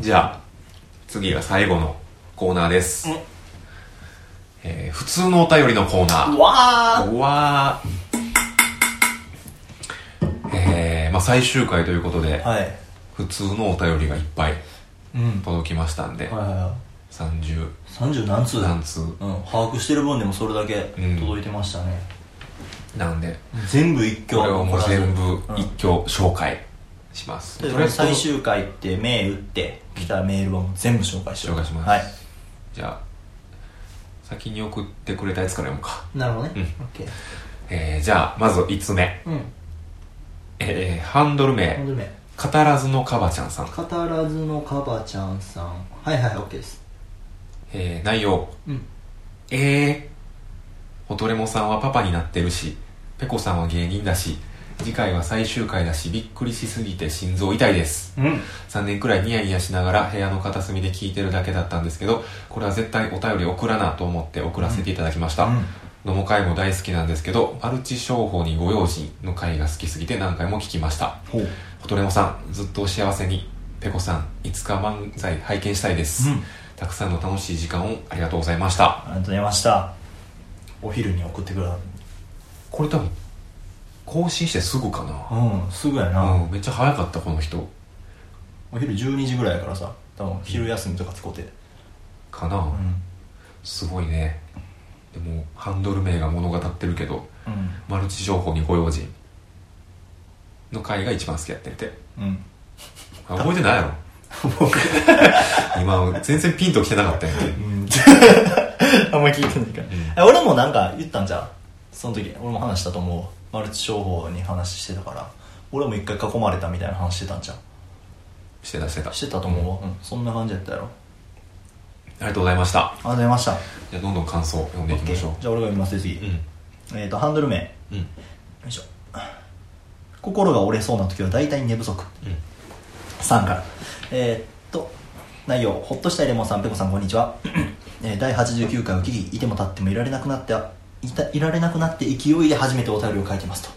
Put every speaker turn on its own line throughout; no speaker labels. じゃあ、次が最後のコーナーです。えー普通のお便りのコーナー。
わ
うわーえー、まあ最終回ということで、
ーはい
普通のお便りがいっぱい
うん
届きましたんで、
はいはいは
30
い30何通
何通
うん、把握してる分でもそれだけ
うん
届いてましたね、
なんで、
全部一挙
これをもう全部
うん
一挙紹介します。
で
とりあえずこの
最終回って目打って来たメールはもう全部紹介しよう
紹介します
はい
じゃあ、先に送ってくれたやつから読むか。
なるほどね、
うん
オッケー
えー、じゃあ、まず5つ目。
うん
えー、ハンドル
ほん
名、
でね
語らずのカバちゃんさん。
語らずのカバちゃんさんはいはいオッケーです
えー、内容、
うん
ええー、おとれもさんはパパになってるしペコさんは芸人だし次回は最終回だしびっくりしすぎて心臓痛いです
うん
3年くらいニヤニヤしながら部屋の片隅で聞いてるだけだったんですけどこれは絶対お便り送らなと思って送らせていただきました、飲も会も大好きなんですけどマルチ商法にご用心の会が好きすぎて何回も聞きました
ほう
ほとれもさんずっとお幸せにペコさんいつか漫才拝見したいです、
うん
たくさんの楽しい時間をありがとうございました
ありがとうございましたお昼に送ってくれ
これ多分更新してすぐか
た
な、
うんすぐやな、
うん、めっちゃ早かったこの人
お昼12時ぐらいやからさ多分昼休みとか使って
かな、
うん
すごいねでもハンドル名が物語ってるけど
うん
マルチ情報にご用心の回が一番好きやってて
うん
あ覚えてないやろ今全然ピンときてなかったやんけ
うん あんまり聞いてないから、俺もなんか言ったんじゃうその時俺も話したと思うわマルチ商法に話してたから俺も一回囲まれたみたいな話してたんじゃう
してたしてたあ
してたと思うわ、うんそんな感じやったやろあ
りがとうございました
りがとうございました
じゃあどんどん感想を読んでいきましょ
OK じゃあ俺が読みますね次、
ううん
えっ、とハンドル名よ
うん
いしょ心が折れそうな時は大体寝不足
うん
さんからえーっと内容ほっとしたいレモンさんペコさんこんにちは、えー第89回を聞きいても立ってもいられなくなっていたいられなくなって勢いで初めてお便りを書いてますと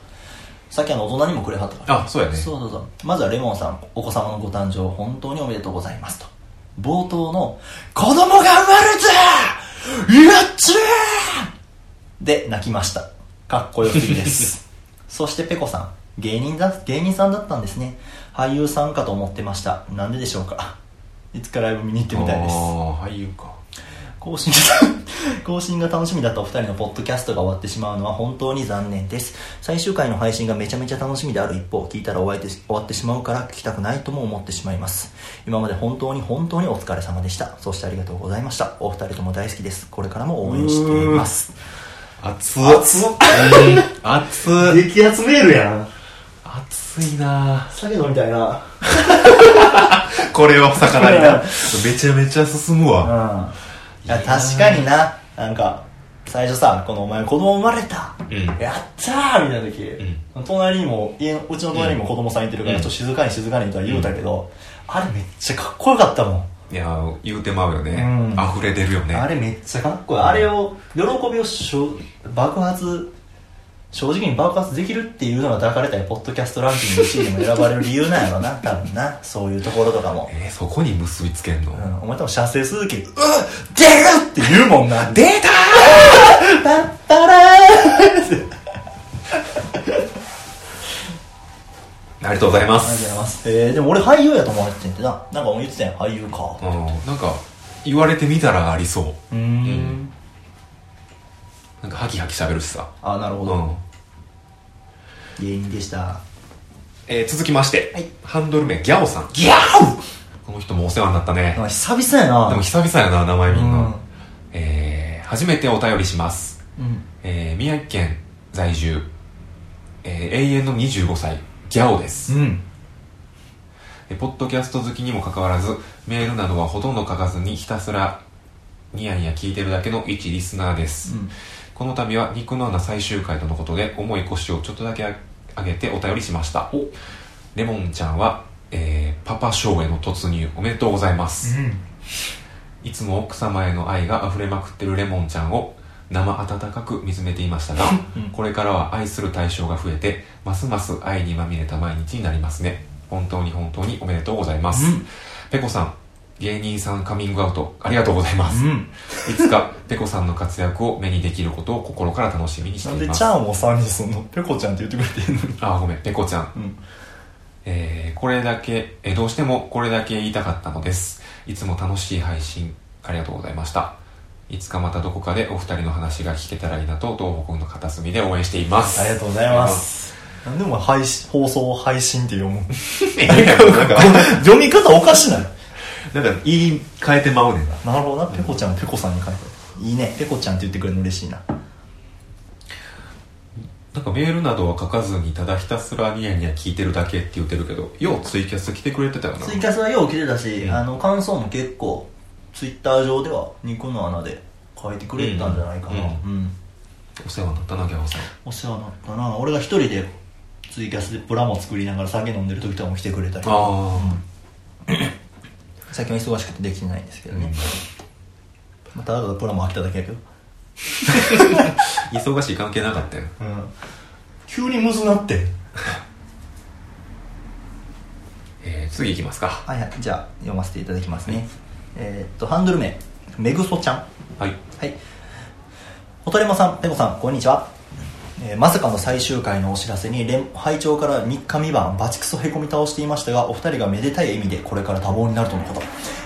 さっきあの大人にもくれはったから
あそうやね
そうそうそうまずはレモンさんお子様のご誕生本当におめでとうございますと冒頭の「子供が生まれたやっちゃー!」で泣きましたかっこよすぎです そしてペコさん芸人だ芸人さんだったんですね俳優さんかと思ってましたなんででしょうかいつかライブ見に行ってみたいで
あ
す
あ俳優か
更新が 更新が楽しみだったお二人のポッドキャストが終わってしまうのは本当に残念です最終回の配信がめちゃめちゃ楽しみである一方聞いたら終わって終わってしまうから聞きたくないとも思ってしまいます今まで本当に本当にお疲れ様でしたそしてありがとうございましたお二人とも大好きですこれからも応援しています
熱っ熱っ、うん、熱っ
激アツメールやん
暑いな
酒飲みたいな
ぁこれを魚に なめちゃめちゃ進むわ
うんいや確かにななんか最初さこのお前子供生まれた、
ん
やったーみたいな時、隣にも家うちの隣にも子供さんいてるから、
うん
ちょっと静かに静かにとは言うたけど、あれめっちゃかっこよかったもん、
いやー言うてまうよね、
うん
溢れ出るよね
あれめっちゃかっこいい、あれを喜びをしょ爆発正直に爆発できるっていうのが抱かれたいポッドキャストランキング1位にも選ばれる理由なんやろ な多分なそういうところとかも、
えーそこに結びつけんの、
うん、お前多分射精する時に「うっ出る!」って言うもん な
出た
だったら
ーありがとうございま
ありがとうござ
す
います。えー、でも俺俳優やと思われてんてな。なんかもう言ってたやん、俳優か。
うんなんか言われてみたらありそう
うーん。
なんかハキハキ喋るしさ
あ、なるほ
う
ど。
ん、
芸人でした。
えー続きまして、
はい
ハンドル名ギャオさん
ギャオ
この人もお世話になったね、
なんか久々やな。
でも久々やな名前みんな、
うん
えー、初めてお便りします
うん。
えー宮城県在住、えー永遠の25歳ギャオです、
うん。
えーポッドキャスト好きにもかかわらずメールなどはほとんど書かずにひたすらニヤニヤ聞いてるだけの一リスナーです、この度は肉の穴最終回とのことで重い腰をちょっとだけ上げてお便りしました
お
レモンちゃんは、えーパパ賞への突入おめでとうございます、いつも奥様への愛が溢れまくってるレモンちゃんを生温かく見つめていましたが、
うん
これからは愛する対象が増えてますます愛にまみれた毎日になりますね本当に本当におめでとうございます、
うん
ペコさん芸人さんカミングアウトありがとうございます、
ん
いつかペコさんの活躍を目にできることを心から楽しみにし
な
て
ん
い
で
ま
ち
す
ゃ
あ
んをさんにそのペコちゃんって言ってくれてんのに
あーごめんペコちゃん
うん
えーこれだけ、えーどうしてもこれだけ言いたかったのです。いつも楽しい配信、ありがとうございました。いつかまたどこかでお二人の話が聞けたらいいなと、東北の片隅で応援しています。
ありがとうござい ますなんでも配信放送を配信って読む
えー。なんか、
読み方おかしない
なんか言い換えてまうねんな。
なるほどなペコちゃんをペコさんに書いてあるいいねペコちゃんって言ってくれるの嬉しいな
なんかメールなどは書かずに、ただひたすらニヤニヤ聞いてるだけって言ってるけど、ようツイキャス来てくれてたよな。
ツイキャスはよう来てたし、
うん
あの感想も結構ツイッター上では肉の穴で書いてくれてたんじゃないか
う
な、
ん
うん
お世話になったな、ギャオさん。
お世話になったな俺が一人でツイキャスでプラも作りながら酒飲んでる時とかも来てくれたり
あ
最近は忙しくてできてないんですけ
ー、
どね、まあただただプラも飽きただけやけ
う
ど、
ん忙しい関係なかったよ。
うん、急にむずなって
えー、次行きますか。
はいはいじゃあ読ませていただきますね、えーっとハンドル名めぐそちゃん
はい。
はい。おとれもさん、ペコさん、こんにちは。えーまさかの最終回のお知らせに連拝聴から3日3晩バチクソへこみ倒していましたがお二人がめでたい意味でこれから多忙になるとのこと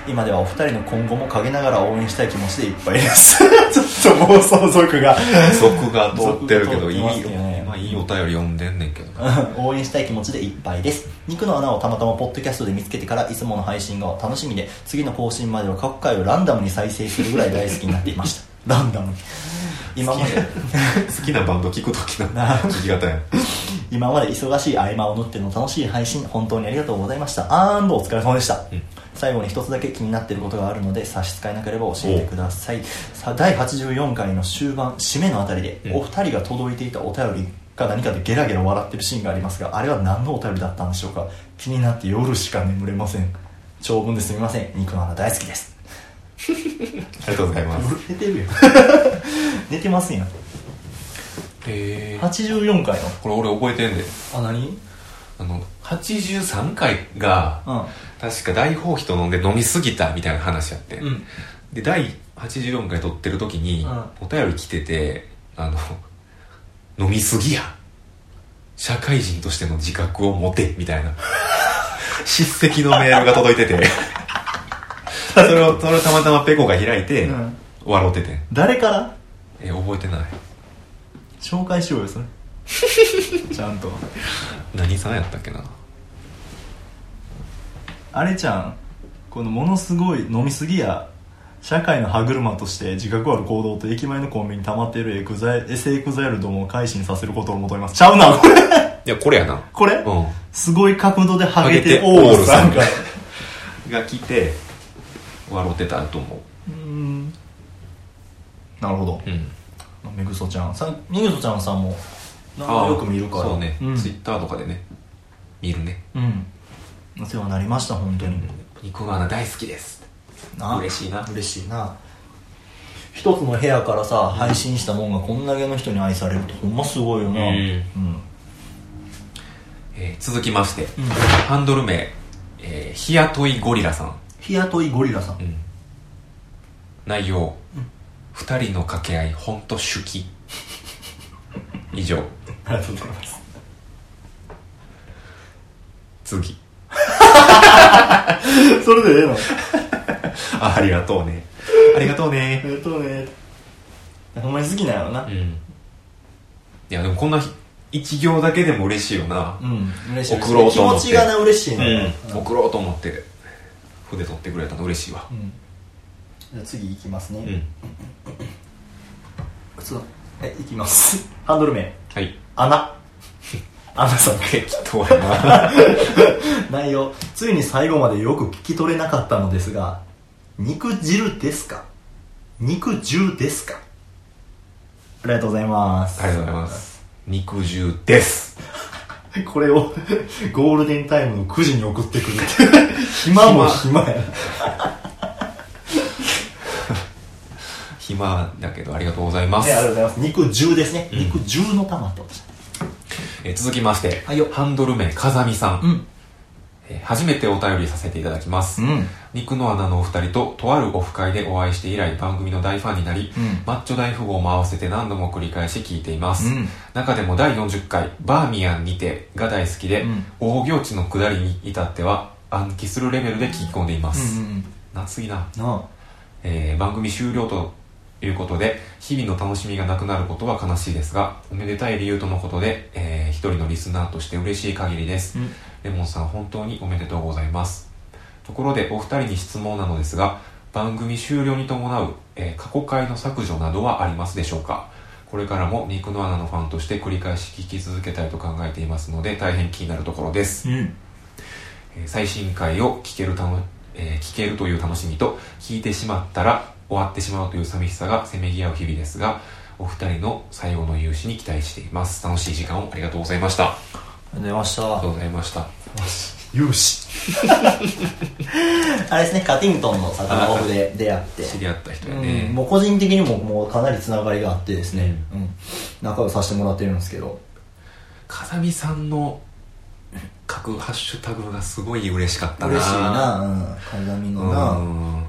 今ではお二人の今後も陰ながら応援したい気持ちでいっぱいです ちょっと妄想族が
俗が通ってるけど
俗が通って
いい
ますよね
まあ、いいお便り読んでんねんけどな
応援したい気持ちでいっぱいです肉の穴をたまたまポッドキャストで見つけてからいつもの配信が楽しみで次の更新までは各回をランダムに再生するぐらい大好きになっていましたランダムに今まで
好きなバンド聞く時 の
な
聞き方や
今まで忙しい合間を縫っての楽しい配信本当にありがとうございましたアンドお疲れ様でした、
うん
最後に一つだけ気になっていることがあるので差し支えなければ教えてくださいさあ第84回の終盤締めのあたりで、
うん
お二人が届いていたお便りか何かでゲラゲラ笑ってるシーンがありますがあれは何のお便りだったんでしょうか気になって夜しか眠れません長文ですみません肉の花大好きです
ありがとうございます
寝てるよ 寝てますやん
えー、
84回の
これ俺覚えてんで
あ何うん
あの83回が確か大放棄と飲んで飲みすぎたみたいな話やって、
うん
で第84回撮ってる時に
う
お便り来ててあの「飲みすぎや社会人としての自覚を持て」みたいな 叱責のメールが届いてて それをそれをたまたまペコが開いて、
うん
笑っててん
誰から
え覚えてない
紹介しようよそれ ちゃんと
何さんやったっけな
あれちゃんこのものすごい飲みすぎや社会の歯車として自覚ある行動と駅前のコンビニに溜まっているエクザイエセエクザイルどもを改心させることを求めますちゃうなこれ
いやこれやな
これ、
う
すごい角度でハ
ハ
ゲ
ゲ
て
て
オールさん
オール
が
さんが来て笑ってたと思う
うーんなるほど
うん
めぐそちゃんさめぐそちゃんさんもなんかよく見るから
そうね、
ん、
ツイッターとかでね見るね
うんお世話になりました本当に、
肉の穴大好きです嬉しいな
嬉しいな一つの部屋からさ配信したもんがこんだけの人に愛されるってほんますごいよな
うん
うん
えー続きまして、ハンドル名、えー、日雇いゴリラさん、
日雇いゴリラさん
内容、二人の掛け合いほんと手記 以上
ありがとうございます
次
それでええのあ
あありがとうねありがとうね
りがとうねほんまに好きなんやろな
うんいやでもこんなひ一行だけでも嬉しいよな
うん嬉しい
送ろうと思って
気持ちがね嬉しいね
うん送ろうと思って筆取ってくれたの嬉しいわ
うんじゃあ次いきます
う
ね
ん
そうえいきますハンドル名
はい
穴穴さん
適当やな
内容ついに最後までよく聞き取れなかったのですが肉汁ですか肉汁ですかありがとうございます
ありがとうございます肉汁です
これを ゴールデンタイムの9時に送ってくるって 暇も暇や
暇だけどありがとうございます
ねありがとうございます肉汁ですね、
うん
肉汁の玉ってことですね
えー続きまして、
はいよ
ハンドル名風見さん、
ん
えー初めてお便りさせていただきます、
うん
肉の穴のお二人ととあるオフ会でお会いして以来番組の大ファンになり、
うん
マッチョ大富豪も合わせて何度も繰り返し聞いています、
うん
中でも第40回「バーミヤンにて」が大好きで、
うん
大行地の下りに至っては暗記するレベルで聞き込んでいま
う
す、
んうん
夏すぎな、
な
えー番組終了ということで日々の楽しみがなくなることは悲しいですがおめでたい理由とのことで、えー一人のリスナーとして嬉しい限りです、
うん
レモンさん本当におめでとうございますところでお二人に質問なのですが番組終了に伴う、えー過去回の削除などはありますでしょうかこれからも肉の穴のファンとして繰り返し聞き続けたいと考えていますので大変気になるところです
あうん
えー最新回を聞けるたの、えー聞けるという楽しみと聞いてしまったら終わってしまうという寂しさがせめぎ合う日々ですがお二人の最後の勇姿に期待しています楽しい時間をありがとうございましたあ
出ました
りがとうございました
よし あれですねカティントンのサカナオフで出会って
知り合った人や
うん、
ね、
もう個人的にももうかなりつながりがあってですね、うん、仲良くさせてもらってるんですけど
風見さんの書くハッシュタグがすごい嬉しかったな
嬉しいな、うん、鏡のな、
うん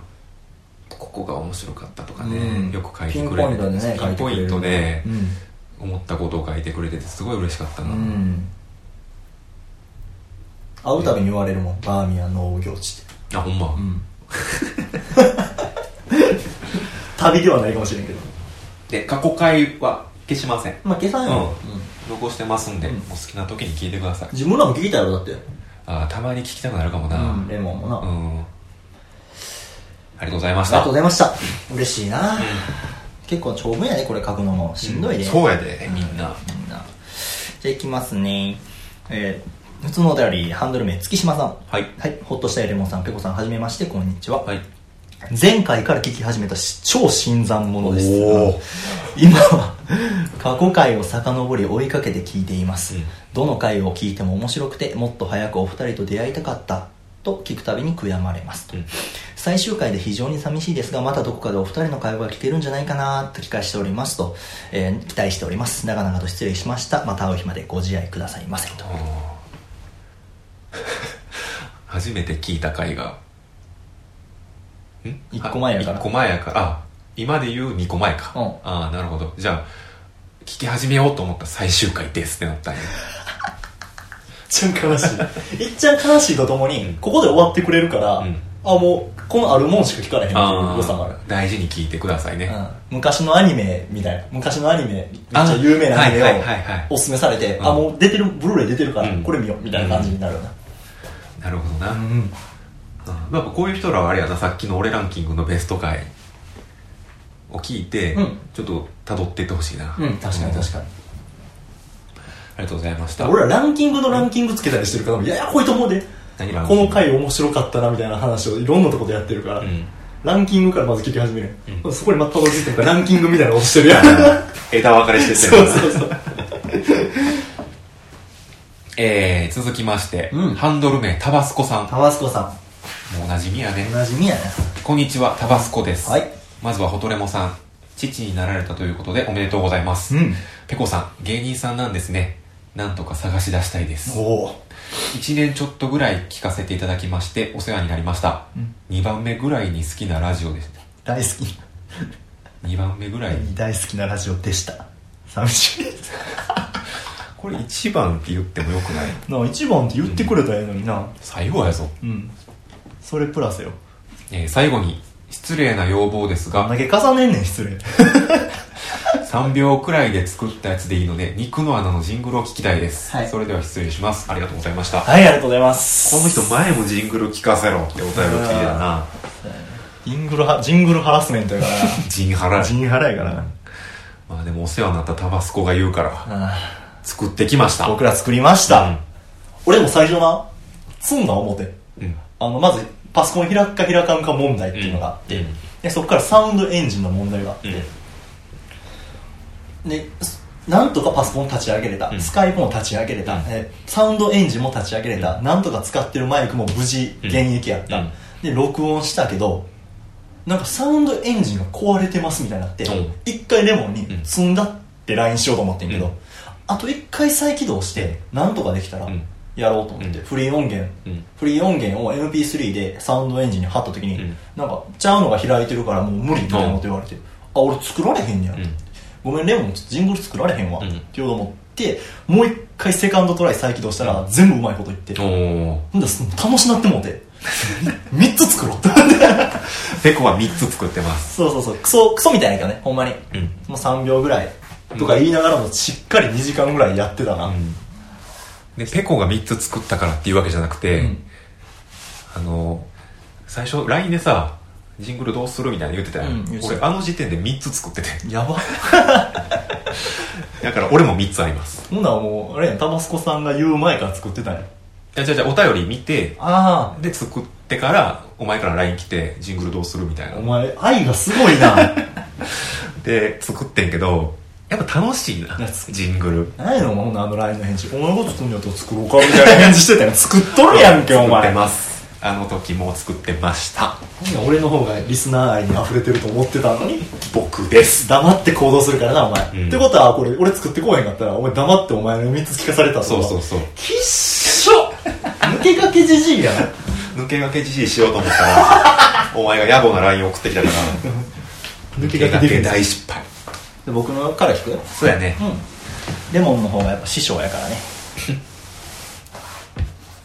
ここが面白かったとかね、
うん
よく書い
ピ
て
ン
く
ポ
れ
イ
て
ントでね
ピンポイントで
書いてくれる
思ったことを書いてくれててすごい嬉しかった
う
な、
ん、うん、会うたびに言われるもんバーミヤンの大行地って
あほんま、
うん 旅ではないかもしれんけど
で過去回は消しません
まあ消さんよ、
う
うんん
残してますんで、
うん
お好きな時に聞いてください
自分らも聞きたいよだって、
あーたまに聞きたくなるかもな
うんレモンもな、
う
あ
んありがとうございまし
り
た
がとうございました嬉しいな、結構長文やねこれ書くのもしんどいね、
そうやでみんな、
みんなじゃあいきますねえー、普通のお便りハンドル名月島さん
はい
はいほっとしたいレモンさんペコさんはじめましてこんにちは、
はい
前回から聞き始めた超新参者です
おー
今は過去回を遡り追いかけて聞いています、
うん
どの回を聞いても面白くてもっと早くお二人と出会いたかったと聞くたびに悔やまれますと、
うん
最終回で非常に寂しいですがまたどこかでお二人の会話が聞けるんじゃないかなと期待しておりますと、えー期待しております長々と失礼しましたまた会う日までご自愛くださいませと
あー初めて聞いた回がん
一個前やから
1個前やからあ今で言う2個前か、
うん
ああなるほどじゃあ聞き始めようと思った最終回ですってなったん や
ちゃん悲しいいっちゃん悲しいとともにここで終わってくれるから、
うん
あもうこのあるもんしか聞かれへんっていう
あ
良さもある
ー大事に聞いてくださいね、
うん昔のアニメみたいな昔のアニメめっち
あ
ゃ有名なアニメを
はいはいはいはい
おすすめされて、
うん
あもう出てるブルーレイ出てるから、
うん
これ見ようみたいな感じになるよな、
なるほどな、
う
うん
ん、
やっぱこういう人らはあれやなさっきの俺ランキングのベスト回を聞いて、
うん
ちょっと辿ってってほしいな、
確かに確
に
かに、
ありがとうございました
だから俺らランキングのランキングつけたりしてるからややこいと思うで
何ランキ
こ
ング
の回面白かったなみたいな話をいろんなとこでやってるから、
うん
ランキングからまず聞き始める、
う
そこにまたどついてるからランキングみたいなの押してる やん
枝分かれして
そうそうそう
えー、続きまして、
うん
ハンドル名タバスコさん
タバスコさ
もうおなじみやね
んおなじみやね
こんにちはタバスコです、
はい
まずはホトレモさん父になられたということでおめでとうございます、
うん
ペコさん芸人さんなんですねなんとか探し出したいです
おお
1年ちょっとぐらい聞かせていただきましてお世話になりました、
うん
2番目ぐらいに好きなラジオでした
大好き
2番目ぐらい、
大好きなラジオでした寂しいです
これ1番って言ってもよくない
なあ一番って言ってくれたらええのにな
最後やぞ、
うん、それプラスよ
えー最後に失礼な要望です
あん
が
だけ重ねんねん失礼
3秒くらいで作ったやつでいいので肉の穴のジングルを聞きたいです、
はい
それでは失礼しますありがとうございました
はいありがとうございます
この人前もジングル聞かせろってお便り来てたな
ジングルはジングルハラスメントやか
ジンハ
ら
ラ
ジンハラやからな
まあでもお世話になったタバスコが言うから
あ
作ってきまし
あ
た
僕ら作りました、俺も最初なすんな思て
うん、うん
あのまずパソコン開くか開かんか問題っていうのがあって、
うんうん
でそこからサウンドエンジンの問題があって、ですなんとかパソコン立ち上げれた、
うん
スカイプも立ち上げれた、
うん
えサウンドエンジンも立ち上げれた、なんとか使ってるマイクも無事現役やった、
うん
で録音したけどなんかサウンドエンジンが壊れてますみたいになって
うん
一、回レモンに
うん
積んだって LINE しようと思ってんけど、
うん
あと一回再起動してなんとかできたら、
うん
やろうと思って、
うん
フリー音源、
うん
フリー音源を MP3 でサウンドエンジンに貼った時に、
うん
なんかちゃうのが開いてるからもう無理みたいなこと言われて、あ俺作られへんねや、
うん
ごめんレモンちょっとジングル作られへんわ、
うん
って言おうと思ってもう一回セカンドトライ再起動したら全部うまいこと言って、
おお
ほんだら楽しなってもう て3つ作ろうって
ペコは3つ作ってます
そうそうそうクソクソみたいなけどねほんまに、
うん
もう3秒ぐらいとか言いながらもしっかり2時間ぐらいやってたな、
でペコが3つ作ったからっていうわけじゃなくて、
うん
あの最初 LINE でさジングルどうするみたいなの言ってたよ、
うん言ってた
俺あの時点で3つ作ってて
やば
だから俺も3つあります
ほんならもうあれやんタバスコさんが言う前から作ってたんや
じゃじゃじゃお便り見て
あ
で作ってからお前から LINE 来てジングルどうするみたいな
お前愛がすごいな
で作ってんけどやっぱ楽しいな
やつ
ジングル
何やろお前ほんならあの LINE の返事お前が作んやったら作ろうかみたいな返事してたやん作っとるやんけお
作っ
前
てますあの時も作ってました
なんか俺の方がリスナー愛に溢れてると思ってたのに
僕です
黙って行動するからなお前、
うん
ってことはこれ俺作ってこうへんかったらお前黙ってお前の3つ聞かされた
そうそううそう
きっしょ抜けかけじじいやな
抜け駆けじじいしようと思ったらお前が野暮な LINE 送ってきたから
抜
抜
け
け
駆け
駆
ディ
け
フェンス
大失敗
で僕のから聞くよ
そうやね
うんレモンの方がやっぱ師匠やからね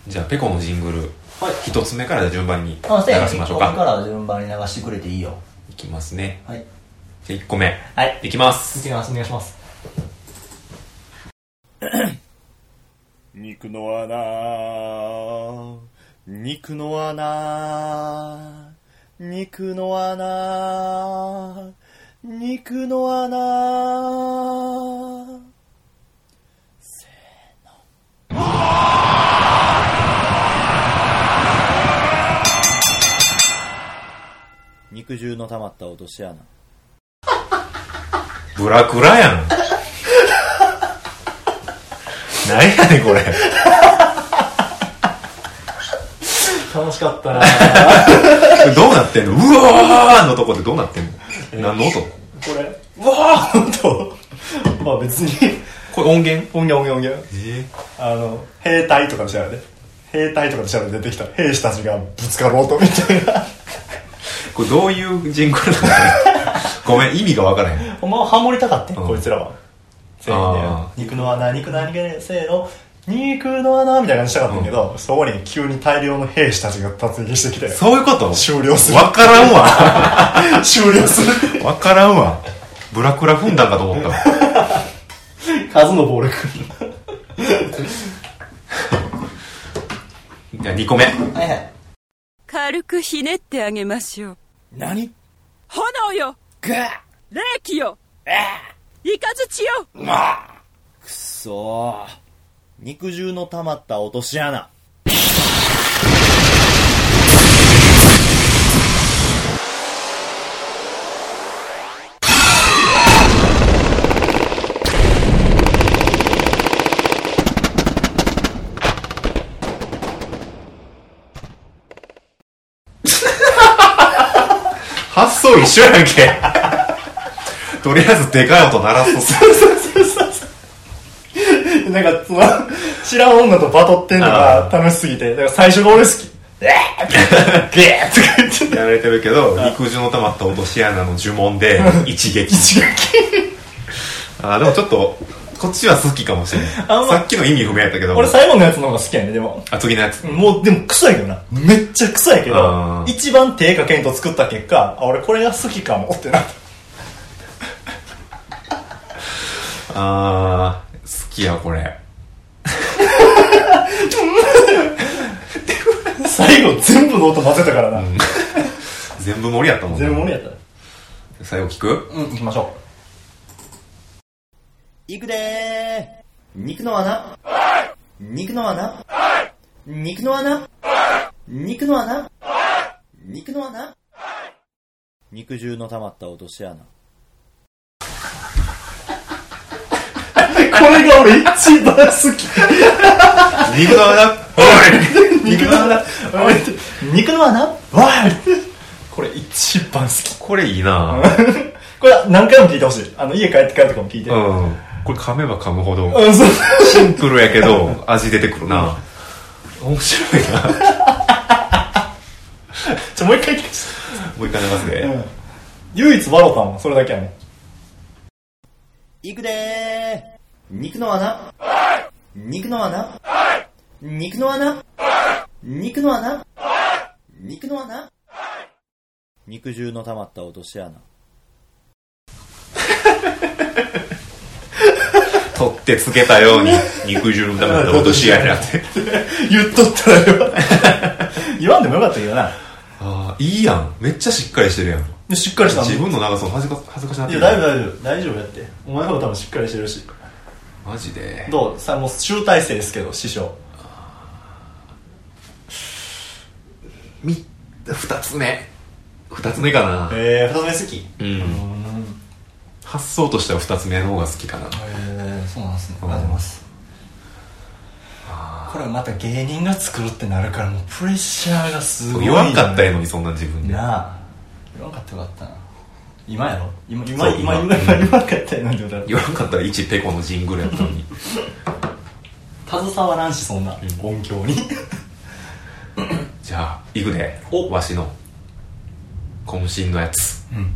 じゃあペコのジングル
はい
一つ目から順番に流
あせや
しましょう
1個目か
から
順番に流してくれていいよ
いきますね
はい
じゃあ1個目
はい
いきます
次の話お願いします
肉の穴肉の穴肉の穴肉の穴肉汁の溜まった落とし穴
ブラクラや んなんやねんこれ
楽しかったな
どうなってんのうわーのとこでどうなってんの何の音
これうわあ本当。まあ別に
これ音源
音源音源音源
え
あの兵隊とかの調べで兵隊とかの調べで出てきた兵士たちがぶつかろうとみたいな
ー、これどういうジングルなのごめん意味がわからへん
お前はハモりたかった
うん
こいつらはせー
あ
の肉の穴肉の穴肉の穴せーの肉の穴みたいな感じしたかったんやけど、そこに急に大量の兵士たちが突撃してきて
そういうこと
終了する
わからんわ
終了する
わからんわブラクラ踏んだんかと思ったわ
数の暴力
じゃあ2個目
はいはい
軽くひねってあげましょう。
何
炎よ
が
霊気よイカズチよ
くそー肉汁の溜まった落とし穴
発想一緒やんけ とりあえずでかい音鳴らす
なんかその知らん女とバトってんのが楽しすぎてだから最初が俺好きえーって ゲーって言って
やられてるけど肉汁の溜まった落とし穴の呪文で一撃
一撃
あーでもちょっとこっちは好きかもしれない、
あんま
さっきの意味不明やったけど
俺最後のやつの方が好きやねでも
あ次のやつ
もうでも臭いけどなめっちゃ臭いけど
あー
一番手かけんと作った結果あ俺これが好きかもってなった
あー好きやこれ
最後全部の音混ぜたからな、
全部盛りやったもん
全部俺やった
最後聞く
うん行きましょ
いくでー肉の穴肉の穴肉の穴肉の穴肉の穴肉汁の溜まった落とし穴
うこれが俺一番好き
肉の穴おい
肉の穴肉の穴わーこれ一番好き
これいいな
これ何回も聞いてほしいあの家帰ってからとかも聞いて
うんこれ噛めば噛むほど
うんそう
シンプルやけど味出てくるな面白いな
ちょ、もう一回聞かせて。
もう一回流すね、
うん唯一笑うたもん、それだけやねん。
いくでー肉の穴肉の穴肉の穴肉の穴肉の穴
肉汁の溜まった落とし穴。
取ってつけたように肉汁のための落とし穴って
言っとったらよ。 言わんでもよかったけどな。
ああいいやんめっちゃしっかりしてるやん
しっかりしたの
自分の長さも恥ずか恥ずかしなっ
い
て
や、
る
大丈夫、大丈夫。大丈夫やって。お前の方多分しっかりしてるし。
マジで
どうさ、もう集大成ですけど、師匠。
み二つ目二つ目かな
えー、二つ目好き。
うん発想としては二つ目の方が好きかな
えー、そうなんですね
うん
ありますこれまた芸人が作るってなるからもうプレッシャーがすごい
言わんかったや
な
のにそんな自分で
なあ言わんかったよかったな今やろ今今
今、
そう
今、今、
今
今、言わんかったよなんて言う
言わんかったら一ペコのジングルやったのに
携わらんしそんな、音響に
じゃあいくで
お
わしの渾身のやつ
うん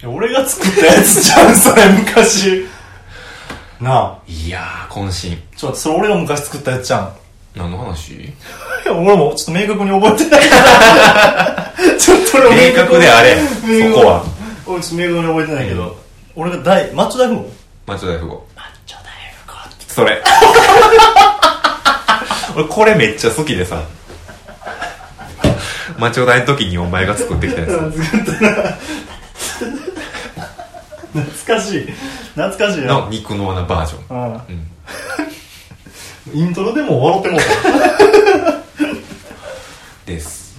たら。俺が作ったやつじゃん、それ、昔。なあ。
いやー渾身
ちょ、それ俺が昔作ったやつじゃん。
何の話
いや俺もちょっと明確に覚えてないから。ちょっと俺
明確であれそ
明確
こは
俺ちょっと明確に覚えてないけど。俺が大、マッチョ大富豪
マッチョ大富豪
マッチョ大富豪って。
そ れ俺これめっちゃ好きでさマチョ大の時にお前が作ってきたやつ
懐かしい。懐かしいな。
の肉の穴バージョン
うん
うん
イントロでも笑ってもうた。
です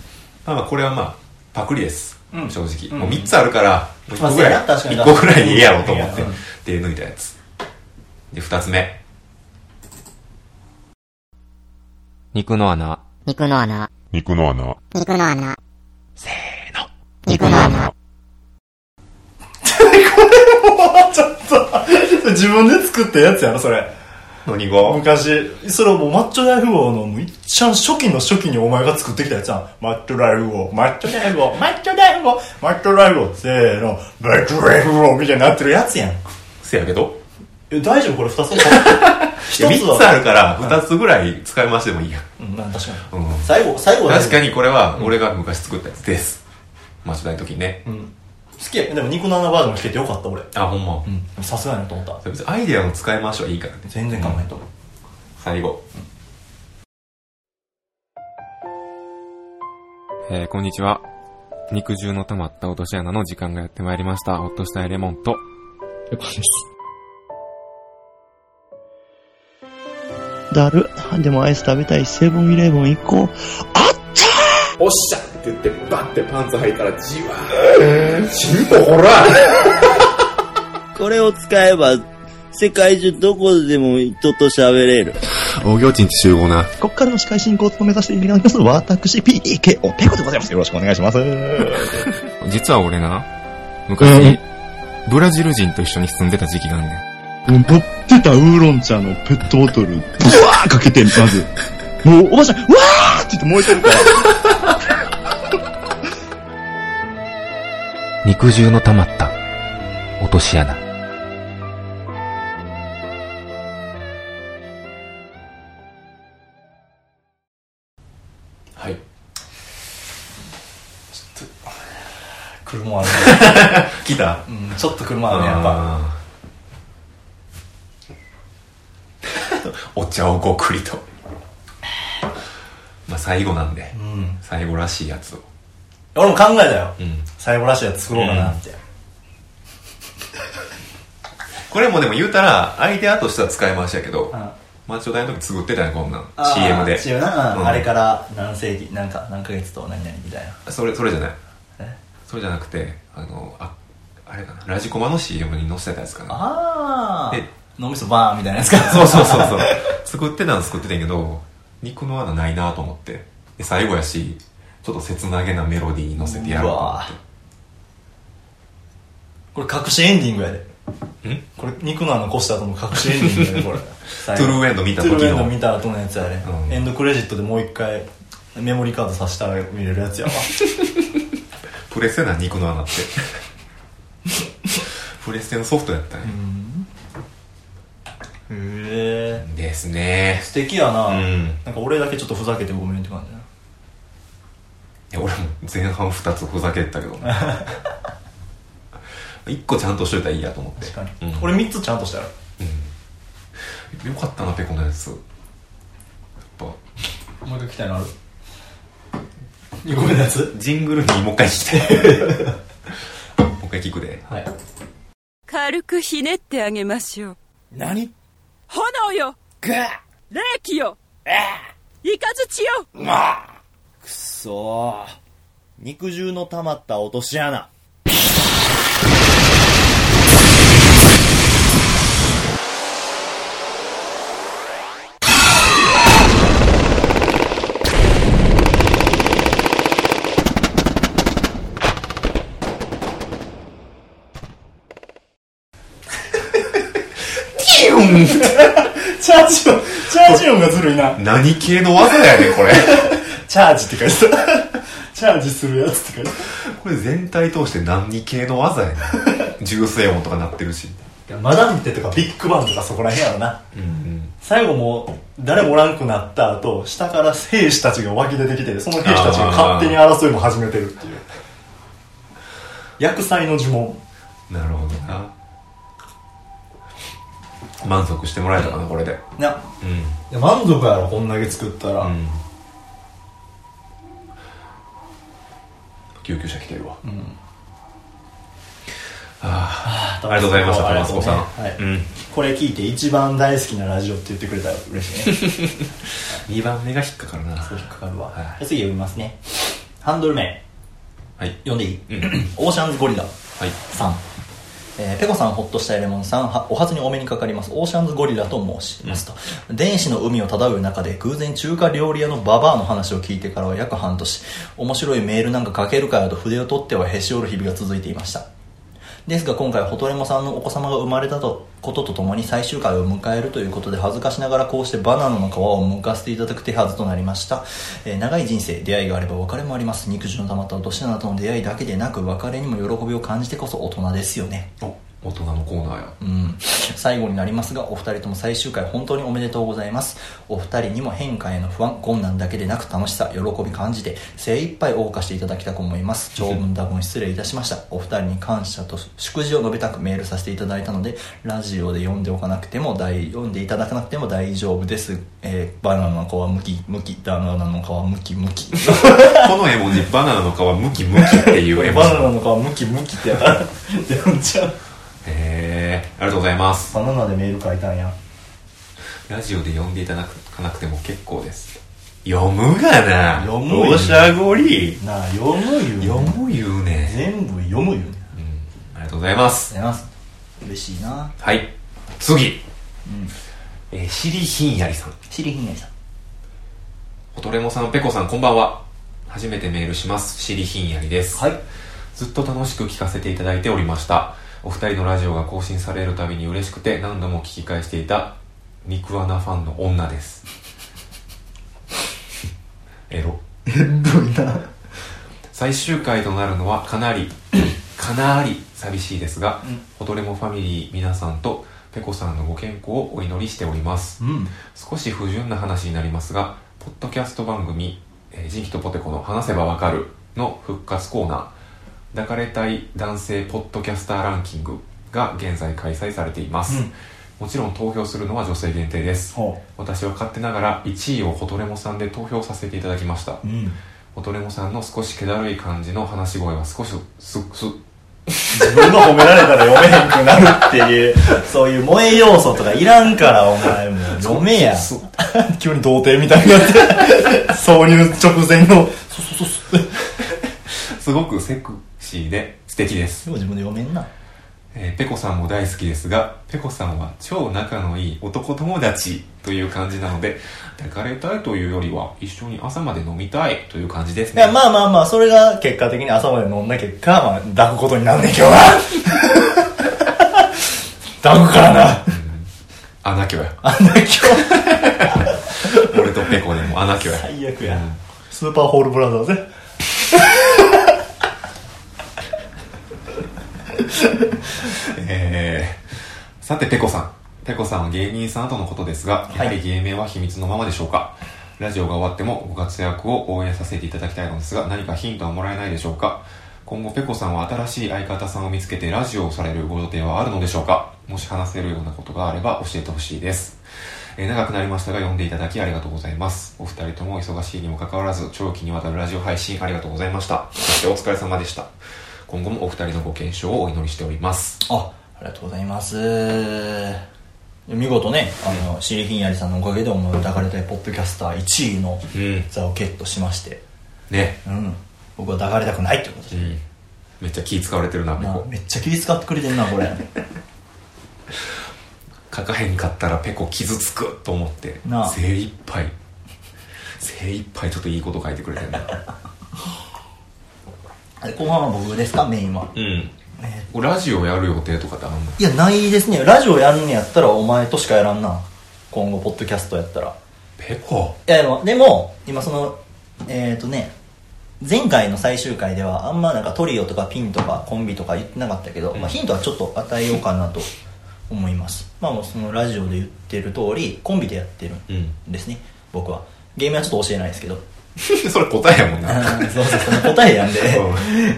まあまあこれはまあパクリです、
うん
正直、
ん
もう3つあるからもう1個ぐ
ま
らい、
あそうやな確かに
1個ぐらいでいいやろうと思って
うん
で抜いたやつで2つ目肉の穴
肉の穴。
肉の穴。
肉の穴。
せーの
肉の穴。
ちょっと、自分で作った やつやろ、それ。
何が
昔、それをもうマッチョ大富豪の、もういっちゃん初期の初期にお前が作ってきたやつじゃん。マッチョ大富豪、マッチョ大富豪、マッチョ大富豪、マッチョ大富豪、せーの、マッチョ大富豪みたいになってるやつやん。
せやけど
え、大丈夫これ二つ
いや
一つ
3
は
つあるから2つぐらい使い回してもいいや、
うん、まあ確かに。
うん、
最後、最後は
確か
に。
にこれは俺が昔作ったやつです間違いの時にね、
好きや。でも肉の穴バージョン聞けてよかった、俺。
あほんま、
うん。さすがやなと思った。
別にアイデアの使い回しはいいからね
全然考えとる。
最後、えーこんにちは肉汁の溜まった落とし穴の時間がやってまいりましたホッとしたいレモンと
だる。でもアイス食べたい。セブンイレブン行こう。
おっしゃって言ってバッてパンツ履いたらじわー死ぬとほら
これを使えば、世界中どこでも人と喋れる。
大行地に集合な
こっからの司会進行を務めさせていただきます。私、PK おペコでございます。よろしくお願いします。
実は俺な昔ブラジル人と一緒に住んでた時期があんねん
持ってたウーロン茶のペットボトル、ブワーかけて、まず。 もう、おばちゃん、うわーって言って燃えてるから。
肉汁の溜まった落とし穴
はい
車ある
来た
ね。うん、ちょっと車あるね、やっぱ。
ぱお茶をごくりとまあ最後なんで
うん。
最後らしいやつを
俺も考えたよ。
うん
最後らしいやつ作ろうかなって。
これもでも言うたらアイデアとしては使い回しやけど
うん
マッチョ大の時作ってたやんこんなん
あー
CM で
CM な、うん
うん
あれから何世紀、なんか何ヶ月と何々みたいな。
それそれじゃないそれじゃなくてあのああれかなラジコマの CM に載せてたやつかな
あ
で
あ脳みそバーンみたいなやつか
そうそう そうそう作ってたの作ってたんやけど肉の穴ないなと思ってで最後やしちょっと切なげなメロディーに乗せてやろうと思っ
これ隠しエンディングやで
てん
これ肉の穴越した後の隠しエンディングやでこれト
トゥルーエンド見た時の
トゥルーエンド見た後のやつやで、
うん
エンドクレジットでもう一回メモリーカードさしたら見れるや つやわ
プレステな肉の穴って プレステのソフトやったね、
へえ
ですね
素敵やな、
うん
なんか俺だけちょっとふざけてごめんって感じやない
や俺も前半2つふざけてたけど ね一個ちゃんとしといたらいいやと思って
確かに、
うん
俺3つちゃんとしたら
よかったなペコのやつやっぱ
もう一回来たいのある2個目のやつ
ジングルにもう一回聞きたい もう一回聞くで
はい
軽くひねってあげましょう。
何
炎よ
が
霊気よイカズチよ
くそー肉汁の溜まった落とし穴
チャージ音チャージ音がずるいな
何系の技やねんこれ
チャージって書いてたチャージするやつって書いて
これ全体通して何系の技やねん重声音とか鳴ってるし、
たマダムテとかビッグバンとかそこら辺やろな
うんうん、
最後もう誰もおらんくなった後下から兵士たちが湧き出てきてその兵士たちが勝手に争いも始めてるっていう薬剤の呪文
なるほどな満足してもらえたかなこれで
いや
うん
いや満足やろこんだけ作ったら、
うん救急車来てるわ、あーありがとうございました
あり
玉
がと
子
うね
さん、
はい
うん、
これ聞いて一番大好きなラジオって言ってくれたら嬉 しいね
2番目が引っかかるな
引っかかるわ、
はい
じゃあ次読みますねハンドル名
はい
読んでいい、
うん
オーシャンズゴリラ
はい
さん、えーペコさんホッとしたエレモンさんはお初にお目にかかりますオーシャンズゴリラと申しますと、電子の海を漂う中で偶然中華料理屋のババアの話を聞いてからは約半年面白いメールなんか書けるかよと筆を取ってはへし折る日々が続いていましたですが今回ホトレモさんのお子様が生まれたとこととともに最終回を迎えるということで恥ずかしながらこうしてバナナの皮を剥かせていただく手はずとなりました、えー長い人生出会いがあれば別れもあります肉汁の溜まった落とし穴との出会いだけでなく別れにも喜びを感じてこそ大人ですよね
お大人のコーナーや
うん、最後になりますがお二人とも最終回本当におめでとうございますお二人にも変化への不安困難だけでなく楽しさ喜び感じて精一杯謳歌していただきたく思います長文多文失礼いたしましたお二人に感謝と祝辞を述べたくメールさせていただいたのでラジオで読んでおかなくても大読んでいただかなくても大丈夫です、えーバナナの皮むきむきバナナの皮むきむ き
この絵文字バナナの皮むきむきっていう絵文
バ
字
ナナの皮むきむきってやったら読んじゃう
へえありがとうございます
バナナでメール書いたんや
ラジオで読んでいただかなくても結構です読むがな
読むよ
おしゃごり
なあ読むよ
読む言うね、
全部読むよね
ありがとうございます
ざいます嬉しいな
はい次、えーシリヒンヤリさん
シリヒンヤリさん
ホトレモさんペコさんこんばんは初めてメールしますシリヒンヤリです、
はい
ずっと楽しく聞かせていただいておりましたお二人のラジオが更新されるたびに嬉しくて何度も聞き返していた肉穴ファンの女です エロ
どういな
最終回となるのはかなり かなり寂しいですが、ホトレモファミリー皆さんとペコさんのご健康をお祈りしております、
うん
少し不純な話になりますがポッドキャスト番組「えージンキとポテコの話せばわかる」の復活コーナー「抱かれたい男性ポッドキャスターランキング」が現在開催されています、
うん
もちろん投票するのは女性限定です
ほ
私は勝手ながら1位をホトレモさんで投票させていただきました、
うん
おとれもさんの少し気だるい感じの話し声は少しすす
自分の褒められたら読めへんくなるっていうそういう萌え要素とかいらんからお前もう読めや急に童貞みたいになって挿入直前のそうそうそうそう
すごくセクシシーで素敵です
でも自分で読めんな。
えーペコさんも大好きですがペコさんは超仲のいい男友達という感じなので抱かれたいというよりは一緒に朝まで飲みたいという感じです
い
ね
や、まあまあまあ、それが結果的に朝まで飲んだ結果、まあ、抱くことになんねん けどな。抱くからな。
穴きょや
あんな今日。
俺とペコでも穴きょや
最悪や。スーパーホールブラザーズね。
えーさてペコさんペコさんは芸人さんとのことですがやはり芸名は秘密のままでしょうか、ラジオが終わってもご活躍を応援させていただきたいのですが何かヒントはもらえないでしょうか今後ペコさんは新しい相方さんを見つけてラジオをされるご予定はあるのでしょうかもし話せるようなことがあれば教えてほしいです、えー長くなりましたが読んでいただきありがとうございますお二人とも忙しいにもかかわらず長期にわたるラジオ配信ありがとうございましたそしてお疲れ様でした今後もお二人のご健勝をお祈りしております
あ、ありがとうございます。見事ね、あの、シリヒンヤリさんのおかげで、お前抱かれたいポッドキャスター1位の
うん
座をゲットしまして、
ね
うん。僕は抱かれたくないってことで
う
す。
んめっちゃ気使われてるなペ
な
コ
めっちゃ気使ってくれてんな、これ。
書かへんかったらペコ傷つくと思って
なあ
精一杯 精一杯ちょっといいこと書いてくれてるな
あれ後半は僕ですか、メインは。
うん
え
これラジオやる予定とかってあんの
いや、ないですね。ラジオやるんやったらお前としかやらんな。今後、ポッドキャストやったら。
ペコ
いや、でも、でも今その、えっ、ー、とね、前回の最終回ではあんまなんかトリオとかピンとかコンビとか言ってなかったけど、まあ、ヒントはちょっと与えようかなと思います。まあもうそのラジオで言ってる通り、コンビでやってるんですね、僕は。ゲームはちょっと教えないですけど。
それ答えやもんな
あー そうそうそう答えやんで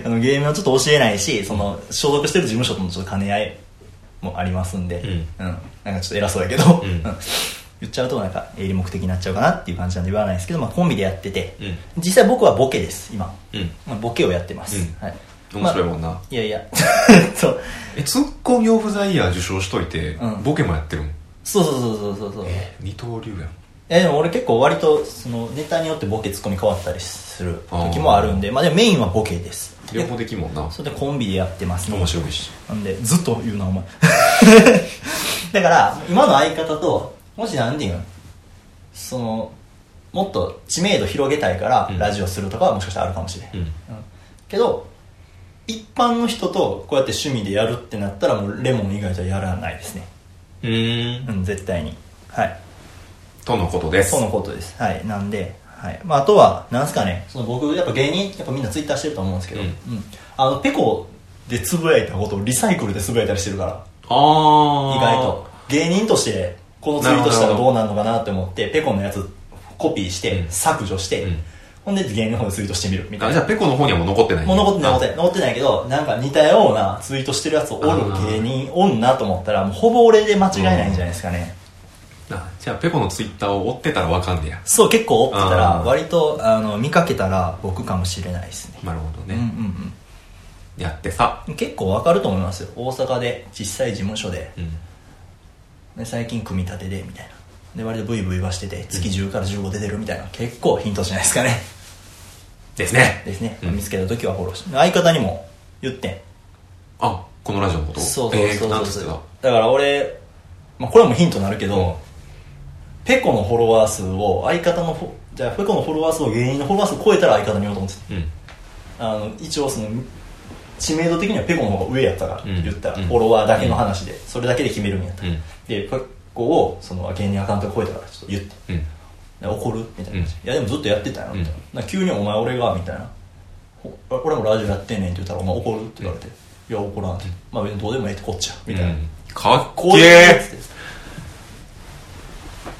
あのゲームはちょっと教えないしその所属してる事務所とのちょっと兼ね合いもありますんで、
う
うんなんかちょっと偉そうやけど、
うん
言っちゃうとなんか営利目的になっちゃうかなっていう感じなんで言わないですけど、まあ、コンビでやってて、
うん
実際僕はボケです今、
うん
まあ、ボケをやってます、
うん
はい、
面白い
まあ
もんな、
いやい やそう
えツッコミオブザイヤー受賞しといて、
うん
ボケもやってるもん
そうそうそうそうそうそう
二刀流やん
えでも俺結構割とそのネタによってボケツッコミ変わったりする時もあるんでまあでもメインはボケです
両方できるもんな
それでコンビでやってますね
面白いし
なんでずっと言うなお前 だから今の相方ともし何て言うんそのもっと知名度広げたいから、
うん
ラジオするとかはもしかしたらあるかもしれん、
うん
んけど一般の人とこうやって趣味でやるってなったらもうレモン以外じゃやらないですね
うーん
うん絶対にはい
とのことです
そうのことですはいなんで、はいまあ、あとはなんすかねその僕やっぱ芸人やっぱみんなツイッターしてると思うんですけど、
うん
うんあのペコでつぶやいたことをリサイクルでつぶやいたりしてるから
ああ
意外と芸人としてこのツイートしたらどうなるのかなって思ってペコのやつコピーして、
うん
削除して、
うん
ほんで芸人の方でツイートしてみるみた
あ
い
じゃ
な
あペコの方にはもう残ってない
もう残ってない残ってない残ってないけどなんか似たようなツイートしてるやつおる芸人おんなと思ったらもうほぼ俺で間違いないんじゃないですかね、
あじゃあペコのツイッターを追ってたらわかんねや
そう結構追ってたら
あー
割とあの見かけたら僕かもしれないですね
なるほど
うんう
ね、
ん
やってさ、
うん結構わかると思いますよ大阪で小さい事務所で
うん、
で最近組み立てでみたいなで割とブイブイはしてて月10から15出てるみたいな結構ヒントじゃないですかね
ですね
ですね、
うん
見つけた時はフォローして相方にも言ってん
あこのラジオのこと
そうそう
えーな
そ
ん
う
つ
そう、
ってた
だから俺、まあ、これもヒントになるけど、ペコのフォロワー数を相方のフォじゃあペコのフォロワー数を芸人のフォロワー数を超えたら相方に言おうと思ってた
うん
あの一応その知名度的にはペコの方が上やったから、
うん
言ったら、
うん
フォロワーだけの話で、それだけで決めるんやったら、
うん
でペコをその芸人アカウントが超えたからちょっと言って
うん
で怒るみたいな、
うん
いやでもずっとやってたよみたいな,、急に「お前俺が」みたいなほ「俺もラジオやってんねん」って言ったら「お前怒る?」って言われて「いや怒らん」って「まあ別にどうでもええってこっちや」みたいな、
うんかっ
こ
こ
う
え
いうやつ
え
です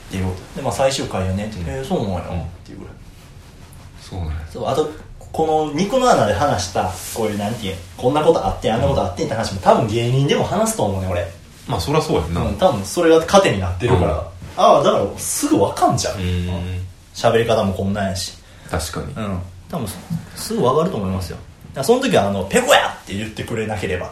っていうことで、まあ、最終回やねって、
うん
えーそうなんや、
うん
っていうぐらい
そうなんや
そうあとこの肉の穴で話したこういうなんていうんこんなことあってんあんなことあってんって話も多分芸人でも話すと思うね俺、
まあそりゃそうやんな
うん、多分それが糧になってるから、
うん
ああだからすぐわかんじゃん
うーん
喋り方もこんなんやし
確かに
うん多分すぐわかると思いますよだからその時はあの「ペコや!」って言ってくれなければ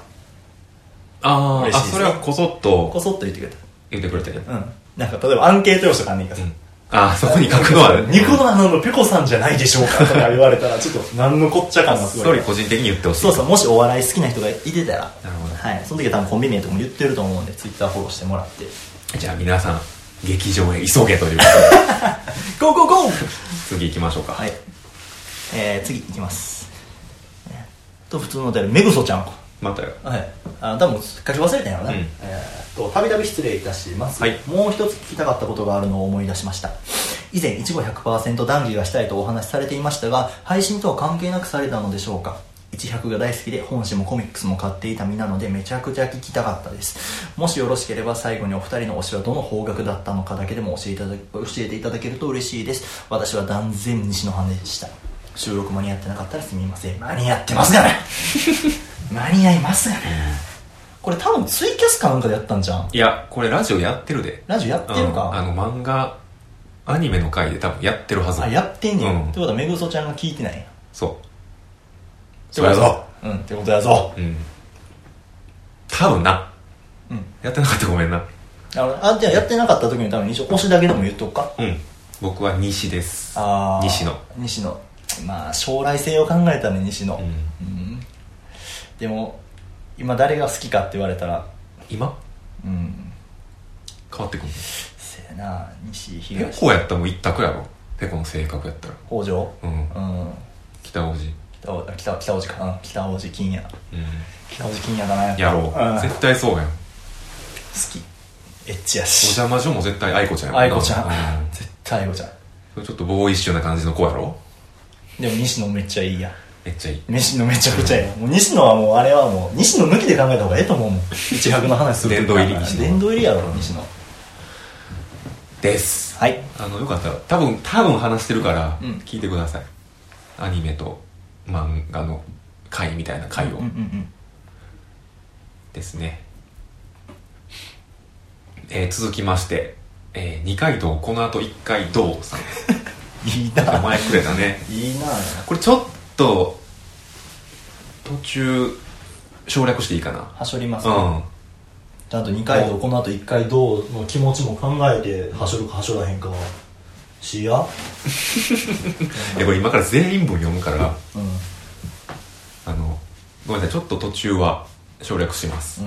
あー
嬉しい
あ
ですね
それはこそっ
ことそっと言ってくれた
言ってくれてる
うんなんか例えばアンケート用紙とかあんねんけどさ、
うんあそこに書くのは ね
ニコの穴のペコさんじゃないでしょうかとか言われたら、ちょっと、なんのこっちゃ感がす
ス
ご
トー
い
リー。個人的に言ってほしい
そうそう、もしお笑い好きな人がいてたら、
なるほど
はい、その時は多分コンビ名とかも言ってると思うんで、ツイッターフォローしてもらって、
じゃあ皆さん劇場へ急げというこ
ゴーゴーゴー
とで次行きましょうか
はい。えー、次いきます。えーと、普通のお便り、めぐそちゃん。
またよ
はい。あ、多分書き忘れたんやろな。
うん
えーっと、たびたび失礼いたします。
はい
もう一つ聞きたかったことがあるのを思い出しました。以前、いちご100%談義がしたいとお話しされていましたが、配信とは関係なくされたのでしょうか。100が大好きで本誌もコミックスも買っていた身なのでめちゃくちゃ聞きたかったですもしよろしければ最後にお二人の推しはどの方角だったのかだけでも教えていただ教えていただけると嬉しいです私は断然西の派でした収録間に合ってなかったらすみません間に合ってま すがね間に合いますがねこれ多分ツイキャスかなんかでやったんじゃん
いやこれラジオやってるで
ラジオやってる
うん
か、
あの漫画アニメの回で多分やってるはず
あやってんねん、
うん
ってことはめぐそちゃんが聞いてないんや
そうそうやぞ
うんってことやぞ
うん多分な、
うん
やってなかったらごめんな
あのあじゃあやってなかった時に多分一応推しだけでも言っとくか
うん僕は西です
あー
西野
西野まあ将来性を考えたね西野、
うん
うんでも今誰が好きかって言われたら
今
うん
変わってくる
せやな西
ペ
東
コやったらもう一択やろペコの性格やったら
北条
うん
うん
北王子
北お北北王子かうん北王子金や
うん
北王子金やだなやっぱ
やろ
ん
う絶対そうやんお
好きエッチやし
邪魔女も絶対愛子ちゃんや
愛
も
子
な
ちゃ
うん
絶対愛子ちゃん
んちょっとボーイッシュな感じの子やろ
でも西野めっちゃいいやん
めっちゃいい
西野めちゃくちゃええもう西野はもうあれはもう西野抜きで考えた方がええと思うもん一泊の話する
殿堂入り西野
殿堂入りやろ西野
です
はい
あのよかったら多分多分話してるから
うん
聞いてください、アニメと漫画の回みたいな回を、
うんうんうん
ですね、えー続きまして、えー二階堂このあと一階堂さん
いい
名
な
前くれたね
いいな
これちょっと途中省略していいかな
はしょりますね
うん
ちゃんと二階堂この後一回どう
もう気持ちも考えてはしょるかはしょらへんかは
しや
いやこれ今から全員分読むから
うんうん
あのごめんなさいちょっと途中は省略します、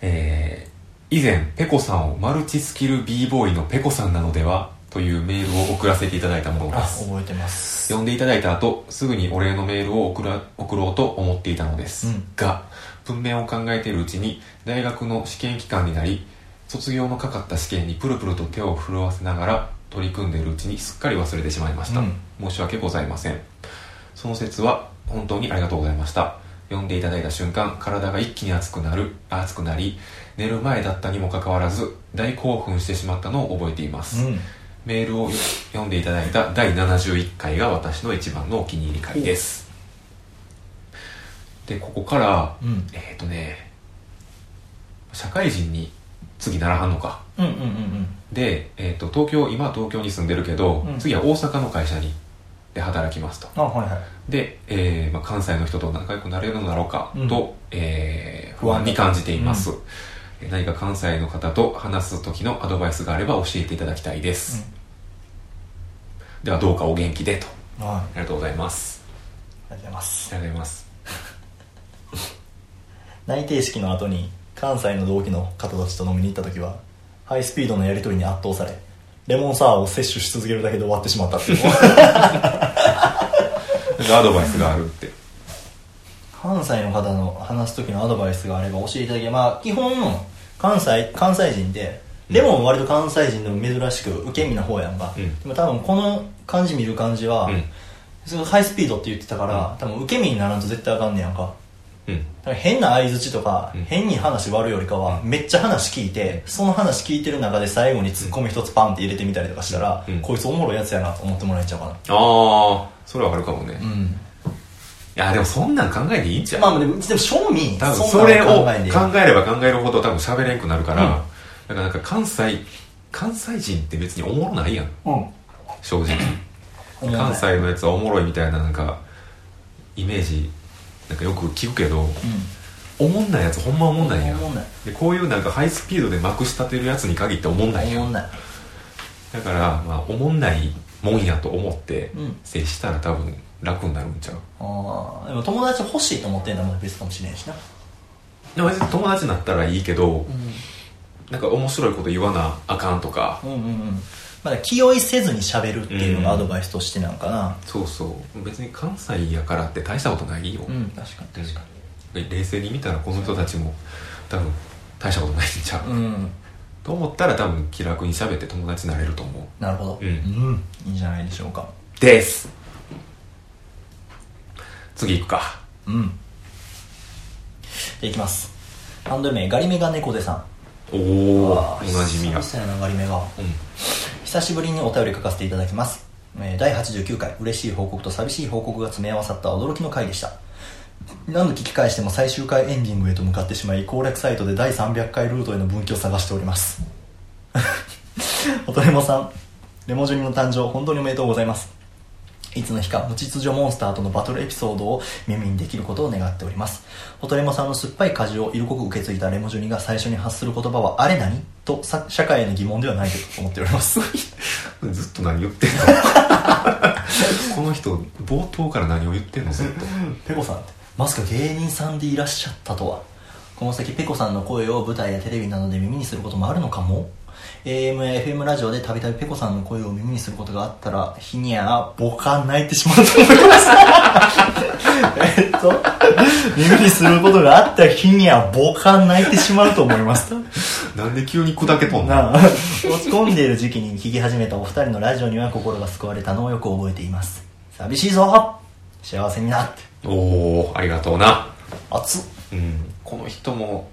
えー以前ペコさんをマルチスキル b ボーイのペコさんなのではというメールを送らせていただいたもの
あ
です
覚えてます
呼んでいただいた後すぐにお礼のメールを送ら送ろうと思っていたのです、
うん
が文面を考えているうちに大学の試験期間になり卒業のかかった試験にプルプルと手を震わせながら取り組んでいるうちにすっかり忘れてしまいました、
うん
申し訳ございませんその説は本当にありがとうございました読んでいただいた瞬間体が一気に熱くなる熱くなり寝る前だったにもかかわらず大興奮してしまったのを覚えています、
うん
メールを読んでいただいた第71回が私の一番のお気に入り回ですでここから、
うん
えっ、とね社会人に次ならはんのか
うんうんうん
で、えー、と東京今は東京に住んでるけど、
うん
次は大阪の会社にで働きますと
あはいはい
で、えーまあ、関西の人と仲良くなれるのだろうか
うん
と、えー不安に感じています、えー何か関西の方と話す時のアドバイスがあれば教えていただきたいです、ではどうかお元気でと
はい
ありがとうございます
ありがとうございます
ありがとうございます
内定式の後に関西の同期の方たちと飲みに行った時はハイスピードのやり取りに圧倒されレモンサワーを摂取し続けるだけで終わってしまった っていう
なんかアドバイスがあるって
関西の方の話す時のアドバイスがあれば教えていただけまあ基本関西関西人でレモンは割と関西人でも珍しく受け身な方やんか、
うん
でも多分この感じ見る感じは、
うん
そのハイスピードって言ってたから、多分受け身にならんと絶対あかんねやんか
うん
だから変な相づちとか、
うん
変に話割るよりかは、めっちゃ話聞いてその話聞いてる中で最後にツッコミ一つパンって入れてみたりとかしたら、
うん
こいつおもろいやつやなと思ってもらえちゃうかな
ああそれはあるかもね、
う
い
ん
やでもそんなん考えていいんじゃん、
まあでもでも
多
正味
分
んな
そ
の
れを
考
考
えんでいい
えれば考えるほど多分喋れんくなるから、だからなんか関西関西人って別におもろないやん正直
うん
関西のやつはおもろいみたいななんかイメージなんかよく聞くけど、おもんないやつほんまおもんないやん
おもんない
でこういうなんかハイスピードでまくし立てるやつに限っておもんないや
思
ん
んない
だからまあおもんないもんやと思って
うん
接したら多分楽になるんちゃう
ああでも友達欲しいと思ってんだもん別かもしれんしな
でも別に友達になったらいいけど、なんか面白いこと言わなあかんとか、
うんうんうんまだ気負いせずに喋るっていうのが
う
ア
ん
ドバイスとしてなんかな
そうそう別に関西やからって大したことないよ、
うん確かに確か
冷静に見たらこの人たちも多分大したことないんちゃう、
にうん
と思ったら多分気楽に喋って友達になれると思う
なるほど
うん
んいいんじゃないでしょうか
です次行くか
うんじゃあいきますハンドル名ガリメガ猫でさん
おお
あ
お
ー
なじみが
久々やなガリメガ
う
久しぶりにお便り書かせていただきます、えー第89回嬉しい報告と寂しい報告が詰め合わさった驚きの回でした何度聞き返しても最終回エンディングへと向かってしまい攻略サイトで第300回ルートへの分岐を探しております おとれもさんレモジュニの誕生本当におめでとうございますいつの日か無秩序モンスターとのバトルエピソードを耳にできることを願っております。ホトレモさんの酸っぱい果汁を色濃く受け継いだレモジュニが最初に発する言葉はあれ何とさ社会への疑問ではないかと思っております。
んずっと何言 ってんのこの人冒頭から何を言ってん のずっと
ペコさんってまさか芸人さんでいらっしゃったとはこの先ペコさんの声を舞台やテレビなどで耳にすることもあるのかも AM や FM ラジオでたびたびペコさんの声を耳にすることがあったら日にゃボカン泣いてしまうと思いますえっと耳にすることがあった日にゃボカン泣いてしまうと思います
なんで急に砕けとんの
なあ落ち込んでいる時期に聞き始めたお二人のラジオには心が救われたのをよく覚えています寂しいぞ幸せになって
おおありがとうな
熱っ
うんこの人も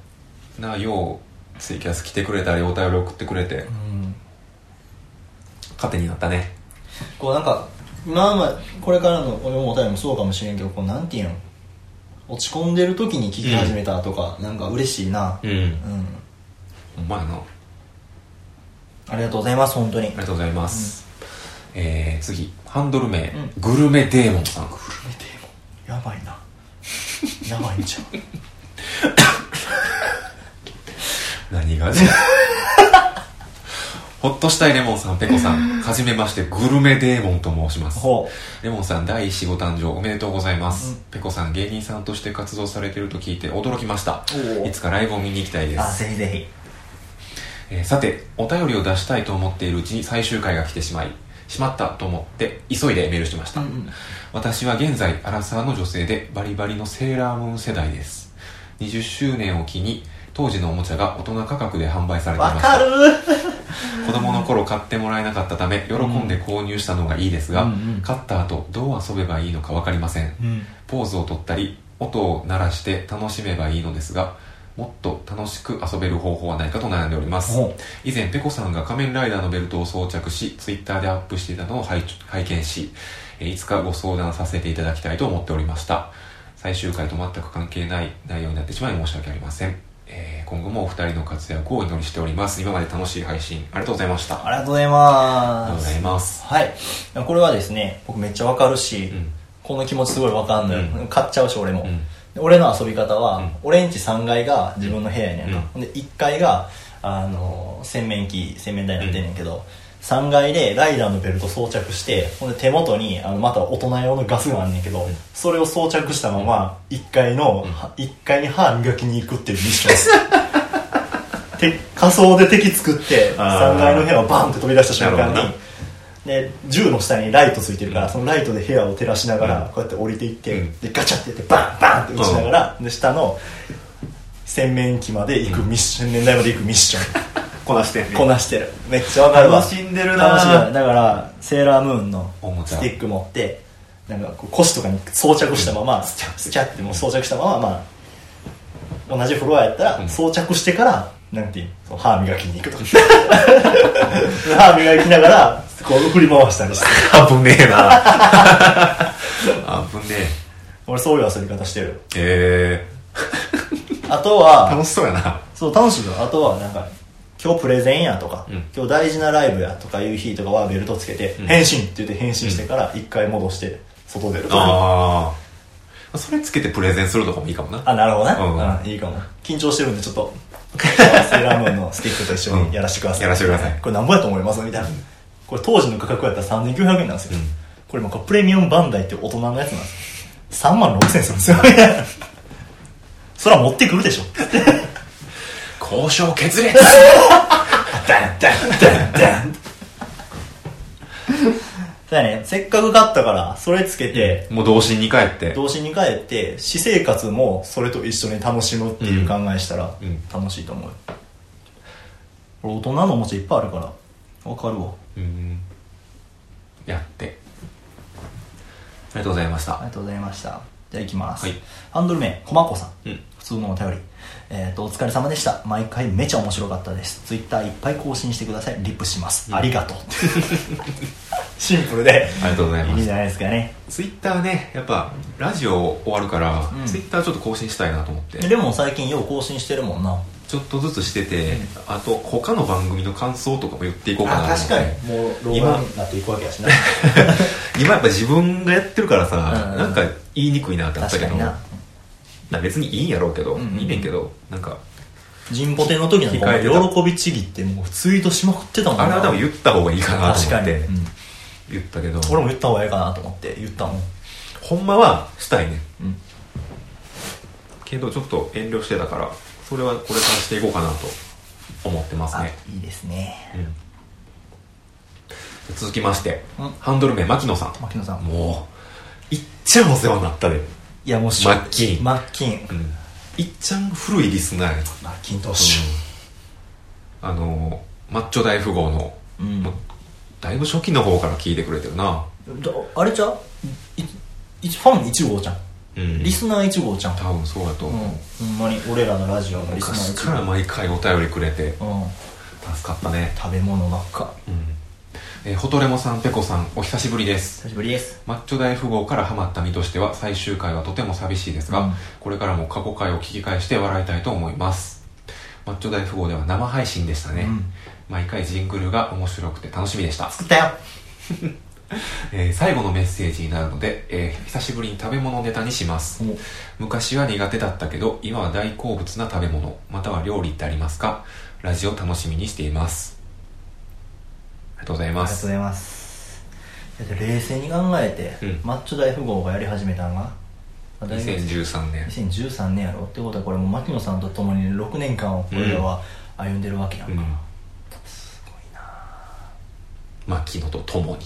なようツイキャス来てくれたりお便り送ってくれて
うん
糧になったね
こうなんか今まこれからの俺もお便りもそうかもしれんけどこうなんていうの落ち込んでる時に聞き始めたとか、なんか嬉しいな
うん
うん
ほんまやなあ
ありがとうございます本当に
りがとうございます、えー、次ハンドル名、
うん
グルメデーモンさん
やばいなやばいんちゃう
何が ほっとしたいレモンさんペコさんはじめましてグルメデーモンと申します
ほ
レモンさん第1子ご誕生おめでとうございます、ペコさん芸人さんとして活動されていると聞いて驚きました
おお
いつかライブを見に行きたいで
うあ
す、
ぜひぜひ
えーさてお便りを出したいと思っているうちに最終回が来てしまいしまったと思って急いでメールしました、私は現在アラサーの女性でバリバリのセーラームーン世代です20周年を機に当時のおもちゃが大人価格で販売されていま
わ
した
かる
子供の頃買ってもらえなかったため喜んで購入したのがいいですが、買った後どう遊べばいいのか分かりません、ポーズを取ったり音を鳴らして楽しめばいいのですがもっと楽しく遊べる方法はないかと悩んでおります
ほ
以前ペコさんが仮面ライダーのベルトを装着しツイッターでアップしていたのを拝拝見しえーいつかご相談させていただきたいと思っておりました最終回と全く関係ない内容になってしまい申し訳ありません、えー今後もお二人の活躍をお祈りしております今まで楽しい配信ありがとうございました
ありがとうござい
ありがと
ま
うご
す
ざいます
はいこれはですね僕めっちゃわかるし、
ん
この気持ちすごいわかんない、
う
買っちゃうし俺も、
ん
で俺の遊び方は、
ん
俺んち3階が自分の部屋やねんか、で1階があの洗面器洗面台になってんねんけど、3階でライダーのベルト装着してほんで手元にあのまた大人用のガスがあんねんけど、それを装着したまま1階の、一階に歯磨きに行くっていうミッションです て仮想で敵作って
あー
3階の部屋をバンって飛び出した瞬間
なるほど
に
な
で銃の下にライトついてるから、そのライトで部屋を照らしながら、
うん
こうやって降りていって、
うん
でガチャってやってバンバンって打ちながら、で下の洗面器まで行くミッション、洗面台まで行くミッション
こなしてん
こなしてるめっちゃわかるわ
楽しんでるな
楽しいよだからセーラームーンの
おもちゃ
スティック持ってなんかこう腰とかに装着したまま、スキャッてもう装着したまま、まあ、同じフロアやったら、
うん
装着してからなんていうのその歯磨きに行くとか 歯磨きながらこう振り回したりして
危ねえ な危ね
俺そういう遊び方してる
ええ
あと
ー、楽
は
しそうやな
そう楽しいよあとはなんか今日プレゼンやとか、
うん
今日大事なライブやとかいう日とかはベルトつけて、
ん
返信って言って返信してから一回戻して外出るとか
ああそれつけてプレゼンするとかもいいかもな
あなるほどな、
うん
うんいいかも緊張してるんでちょっとセーラームーンのスティックと一緒にやらせてください、
うんやらせてください
これなんぼやと思いますみたいな、これ当時の価格やったら3900円なんですよ、これもうこれプレミアムバンダイっていう大人のやつなんです3万6000円するんですよそら持ってくるでしょ
交渉決裂
ダンダンダンダン だねせっかく買ったからそれつけて、
もう童心に帰って
童心に帰って私生活もそれと一緒に楽しむっていう考えしたら
うん
楽しいと思うよ、俺大人のおもちゃいっぱいあるからわかるわ
うんやってありがとうございまし
あ
た
りがとうございました。じゃあ行きます。
はい
ハンドル名、コマコさん。
うん
普通のお便り。えっ、と、お疲れ様でした。毎回めちゃ面白かったです。ツイッターいっぱい更新してください。リップします。ありがとう。 シンプルで。
ありがとうございま
いい
す
じゃないですかね。
ツイッターねやっぱラジオ終わるから、
ん
ツイッターちょっと更新したいなと思って
でも最近よう更新してるもんな。
ちょっとずつしてて、あと他の番組の感想とかも言っていこうかなと思って
もう
老眼
になっていくわけやしな。
今やっぱ自分がやってるからさ、
うん
なんか言いにくいなってあった
確
け
か
ど
にな。
な別にいいんやろうけど、
んうん
いいねんけどなんか
ジンポテの時なんか
控えてた
お前喜びちぎってもうツイートしまくってたもんな。
あれは多分言った方がいいかなと
確
思
か
っ
に。
て
うん
言ったけど
俺も言った方がいいかなと思って言ったもん。
ほんまはしたいね、
うん
けどちょっと遠慮してたからそれはこれからしていこうかなと思ってます
あ、
ね、
いいですね。
うん続きまして、
うん
ハンドル名牧野さん
牧野さん
もういっちゃんお世話になったで、
いやもうし
マッキン
マッキン
うん、いっちゃん古いリスナーやね
マッキン投手
あのマッチョ大富豪の、
うん
もうだいぶ初期の方から聞いてくれてるな
だあれちゃういいファン1号ちゃん、
うん
リスナー1号ちゃん
多分そうだと
うん
思う、
ほんまに俺らのラジオのリス
昔か
ナー
ら毎回お便りくれて
1号、うん、
助かったね
食べ物ばっか
うんえーホトレモさんペコさんお久しぶりです
久しぶりです
マッチョ大富豪からハマった身としては最終回はとても寂しいですが、
うん
これからも過去回を聞き返して笑いたいと思いますマッチョ大富豪では生配信でしたね、
うん
毎回ジングルが面白くて楽しみでした、
作ったよ
えー最後のメッセージになるので、えー久しぶりに食べ物ネタにします昔は苦手だったけど今は大好物な食べ物または料理ってありますかラジオ楽しみにしていますありがとうござい
ありが
ま
とうご
す
ざいますだって冷静に考えて、
うん
マッチョ大富豪がやり始めたのが大学
2013年
2013年やろってことはこれもう牧野さんと共に6年間を俺らは歩んでるわけやんか、
うん牧野と共に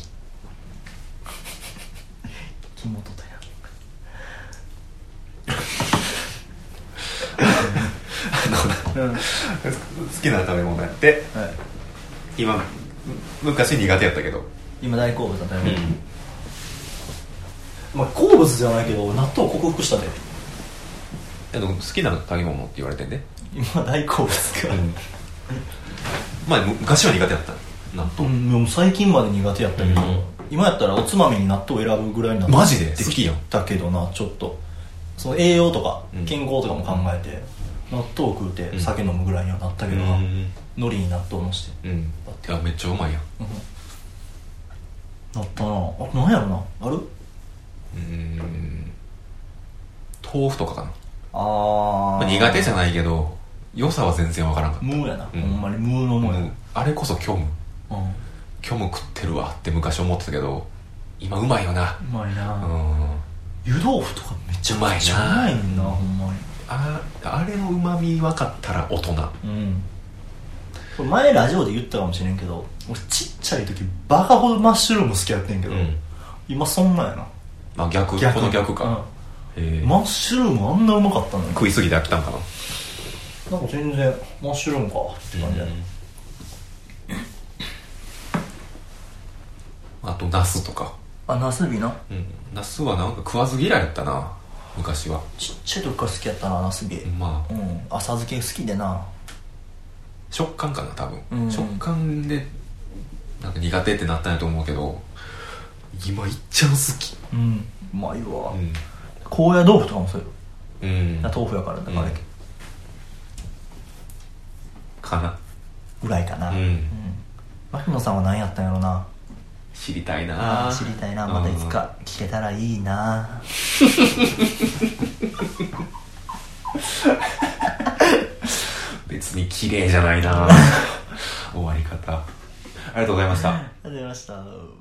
木本だよ
好きな食べ物やって
はい
今む昔苦手やったけど
今大好物だったよ、まあ、好物じゃないけど納豆克服したで
あの好きな食べ物って言われてね、
今大好物か、
まあむ昔は苦手やった納
う
豆、
ん、でも最近まで苦手やったけど、
うん
今やったらおつまみに納豆選ぶぐらいになって
マジで
き
好きやん
だけどなちょっとその栄養とか
うん
健康とかも考えて、納豆食うて
ん
酒飲むぐらいにはなったけどな、
うん
海苔に納豆のして
うんいやめっちゃうまいやん
なったなあなんやろなある
うん豆腐とかかな、
あ
まあ、苦手じゃないけど良さは全然わからんかった
無やな、
うん
ほんまに無のもんや、
もうあれこそ虚無
うんう
虚無食ってるわって昔思ってたけど今うまいよな
まいな、
うん
湯豆腐とかめっちゃうまい
う
な
まいな
ねんなほんまに
ああれのうまみ分かったら大人
うんこれ前ラジオで言ったかもしれんけど俺ちっちゃい時バカほどマッシュルーム好きやってんけど、
うん
今そんなんやな
まあ逆
逆
この逆か、え
う
ー
んマッシュルームあんなうまかったのに
食いすぎて飽きたんかな
なんか全然マッシュルームかって感じやね、
あとナスとか
あナスビな
うんナスはなんか食わず嫌いやったな昔は
ちっちゃい時から好きやったなナスビうん
まあ
浅漬け好きでな
食感かな多分、
うん
食感でなんか苦手ってなったんやと思うけど今いっちゃん好き
うんうまいわ、
うん、
高野豆腐とかもそうよ
うん、
豆腐やからだから、
うんかな
ぐらいかな、
うん、
牧野さんは何やったんやろな
知りたいな
知りたいなまたいつか聞けたらいいな
別に綺麗じゃないな終わり方ありがとうございました
がとうございました。